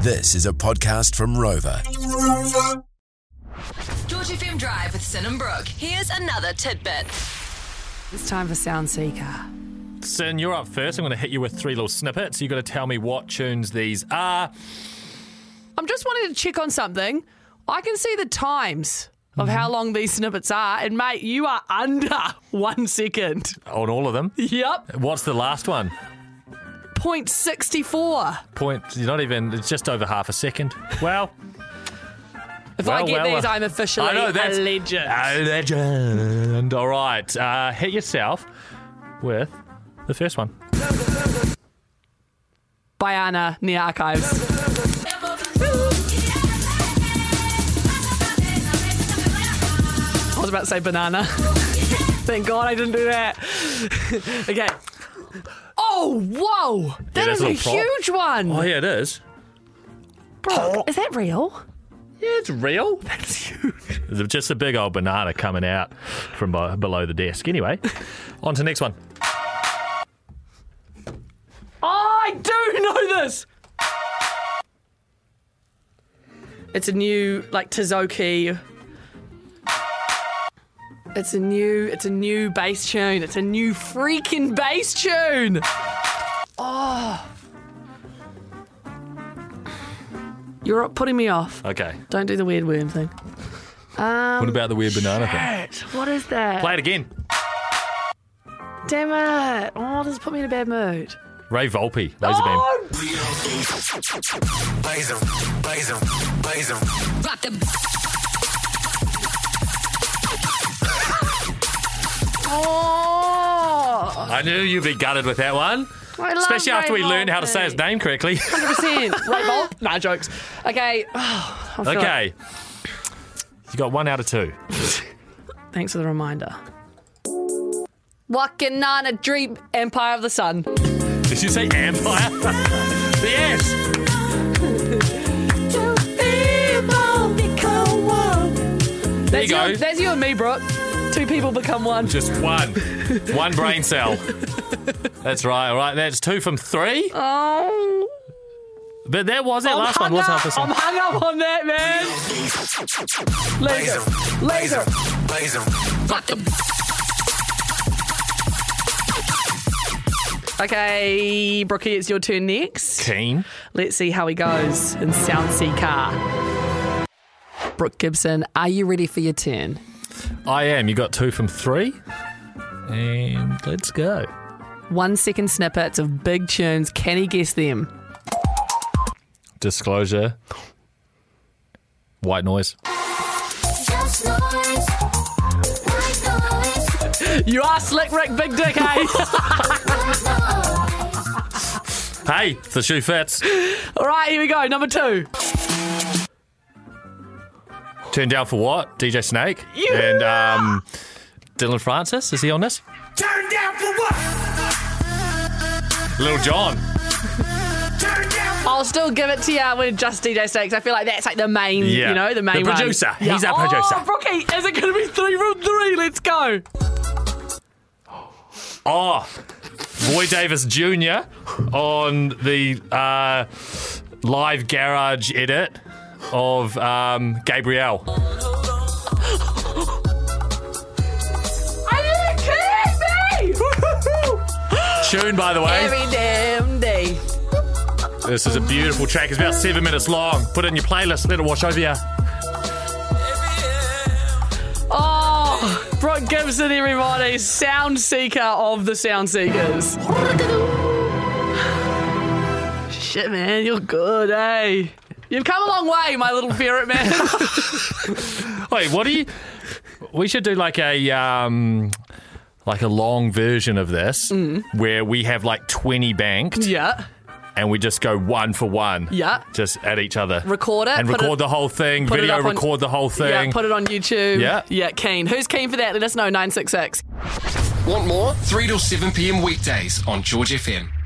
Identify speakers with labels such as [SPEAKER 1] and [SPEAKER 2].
[SPEAKER 1] This is a podcast from Rover.
[SPEAKER 2] George FM Drive with Sin and Brooke. Here's another tidbit.
[SPEAKER 3] It's time for Sound Seeker.
[SPEAKER 4] Sin, you're up first. I'm going to hit you with three little snippets. You've got to tell me what tunes these are.
[SPEAKER 3] I'm just wanting to check on something. I can see the times of
[SPEAKER 4] Mm-hmm.
[SPEAKER 3] how long these snippets are, and mate, you are under one second.
[SPEAKER 4] On all of them.
[SPEAKER 3] Yep.
[SPEAKER 4] What's the last one?
[SPEAKER 3] Point sixty four.
[SPEAKER 4] Point, you're not even, it's just over half a second. Well,
[SPEAKER 3] If I
[SPEAKER 4] Well,
[SPEAKER 3] get
[SPEAKER 4] well,
[SPEAKER 3] these,
[SPEAKER 4] well.
[SPEAKER 3] I'm officially
[SPEAKER 4] I know that's Uh,
[SPEAKER 3] a legend.
[SPEAKER 4] A legend. All right. Uh, hit yourself with the first one.
[SPEAKER 3] By Anna in the archives. I was about to say banana. Thank God I didn't do that. okay. Oh, whoa! That is
[SPEAKER 4] that's a
[SPEAKER 3] a
[SPEAKER 4] little prop.
[SPEAKER 3] huge one.
[SPEAKER 4] Oh, yeah, it is.
[SPEAKER 3] Is that real?
[SPEAKER 4] Yeah, it's real. That's huge. It's just a big old banana coming out from be- below the desk. Anyway, on to next one.
[SPEAKER 3] I do know this. It's a new like Tazoki. It's a new it's a new bass tune. It's a new freaking bass tune. Ah. Oh. You're putting me off.
[SPEAKER 4] Okay.
[SPEAKER 3] Don't do the weird worm thing.
[SPEAKER 4] what about the weird banana thing?
[SPEAKER 3] What is that?
[SPEAKER 4] Play it again.
[SPEAKER 3] Damn it. Oh, this put me in a bad mood.
[SPEAKER 4] Ray Volpe, Laserbeam.
[SPEAKER 3] Oh,
[SPEAKER 2] Rock the
[SPEAKER 3] oh.
[SPEAKER 4] I knew you'd be gutted with that one.
[SPEAKER 3] I love
[SPEAKER 4] Especially after we
[SPEAKER 3] Ray
[SPEAKER 4] learned how to say
[SPEAKER 3] Volpe.
[SPEAKER 4] his name correctly.
[SPEAKER 3] hundred percent. Right, Bolt? Nah, jokes. Okay. I feel like-
[SPEAKER 4] okay. You got one out of two.
[SPEAKER 3] thanks for the reminder. Walking on a dream, Empire of the Sun.
[SPEAKER 4] Did you say Empire? yes.
[SPEAKER 3] That's
[SPEAKER 4] you
[SPEAKER 3] you.
[SPEAKER 4] go.
[SPEAKER 3] That's you and me, Brooke. Two people become one.
[SPEAKER 4] Just one. one brain cell. That's right. All right. That's two from three.
[SPEAKER 3] Oh,
[SPEAKER 4] But that was it.
[SPEAKER 3] I'm
[SPEAKER 4] Last one
[SPEAKER 3] hung
[SPEAKER 4] was half a
[SPEAKER 3] up. I'm
[SPEAKER 4] second.
[SPEAKER 3] hung up on that, man. Laser, laser. Okay, Brookie, it's your turn next.
[SPEAKER 4] Keen.
[SPEAKER 3] Let's see how he goes in Sound Seeker. Brooke Gibson, are you ready for your turn?
[SPEAKER 4] I am. You got two from three. And let's go.
[SPEAKER 3] One second snippets of big tunes. Can he guess them?
[SPEAKER 4] Disclosure. White noise.
[SPEAKER 5] Just noise. White noise.
[SPEAKER 3] You are Slick Rick Big Dick, eh?
[SPEAKER 4] Hey, if the shoe fits.
[SPEAKER 3] All right, here we go. Number two.
[SPEAKER 4] Turned down for what? DJ Snake
[SPEAKER 3] Yeah.
[SPEAKER 4] and um, Dylan Francis. Is he on this?
[SPEAKER 6] Turn down for what?
[SPEAKER 4] Little John.
[SPEAKER 6] Turn down for
[SPEAKER 3] I'll still give it to you with just DJ Snakes. I feel like that's like the main,
[SPEAKER 4] Yeah.
[SPEAKER 3] you know, the main
[SPEAKER 4] The
[SPEAKER 3] one.
[SPEAKER 4] producer. He's our
[SPEAKER 3] oh,
[SPEAKER 4] producer.
[SPEAKER 3] Brookie, is it going to be three from three? Let's go.
[SPEAKER 4] Oh, Roy Davis Jr. on the uh, live garage edit of um, Gabrielle.
[SPEAKER 3] Are you kidding me?
[SPEAKER 4] Tune, by the way.
[SPEAKER 3] Every damn day.
[SPEAKER 4] This is a beautiful track. It's about seven minutes long. Put it in your playlist. Let it wash over you.
[SPEAKER 3] Oh, Brooke Gibson, everybody, sound seeker of the sound seekers. Shit, man, you're good, eh? You've come a long way, my little ferret man.
[SPEAKER 4] Wait, what do you? We should do like a um, like a long version of this where we have like twenty banked
[SPEAKER 3] yeah.
[SPEAKER 4] and we just go one for one.
[SPEAKER 3] Yeah.
[SPEAKER 4] Just at each other.
[SPEAKER 3] Record it,
[SPEAKER 4] and
[SPEAKER 3] put
[SPEAKER 4] record
[SPEAKER 3] it-
[SPEAKER 4] the whole thing.
[SPEAKER 3] put it
[SPEAKER 4] Video
[SPEAKER 3] up on-
[SPEAKER 4] record the whole thing.
[SPEAKER 3] Yeah, put it on YouTube.
[SPEAKER 4] Yeah.
[SPEAKER 3] Yeah, keen. Who's keen for that? Let us know, 966.
[SPEAKER 7] Want more? 3 till 7 p.m. weekdays on George FM.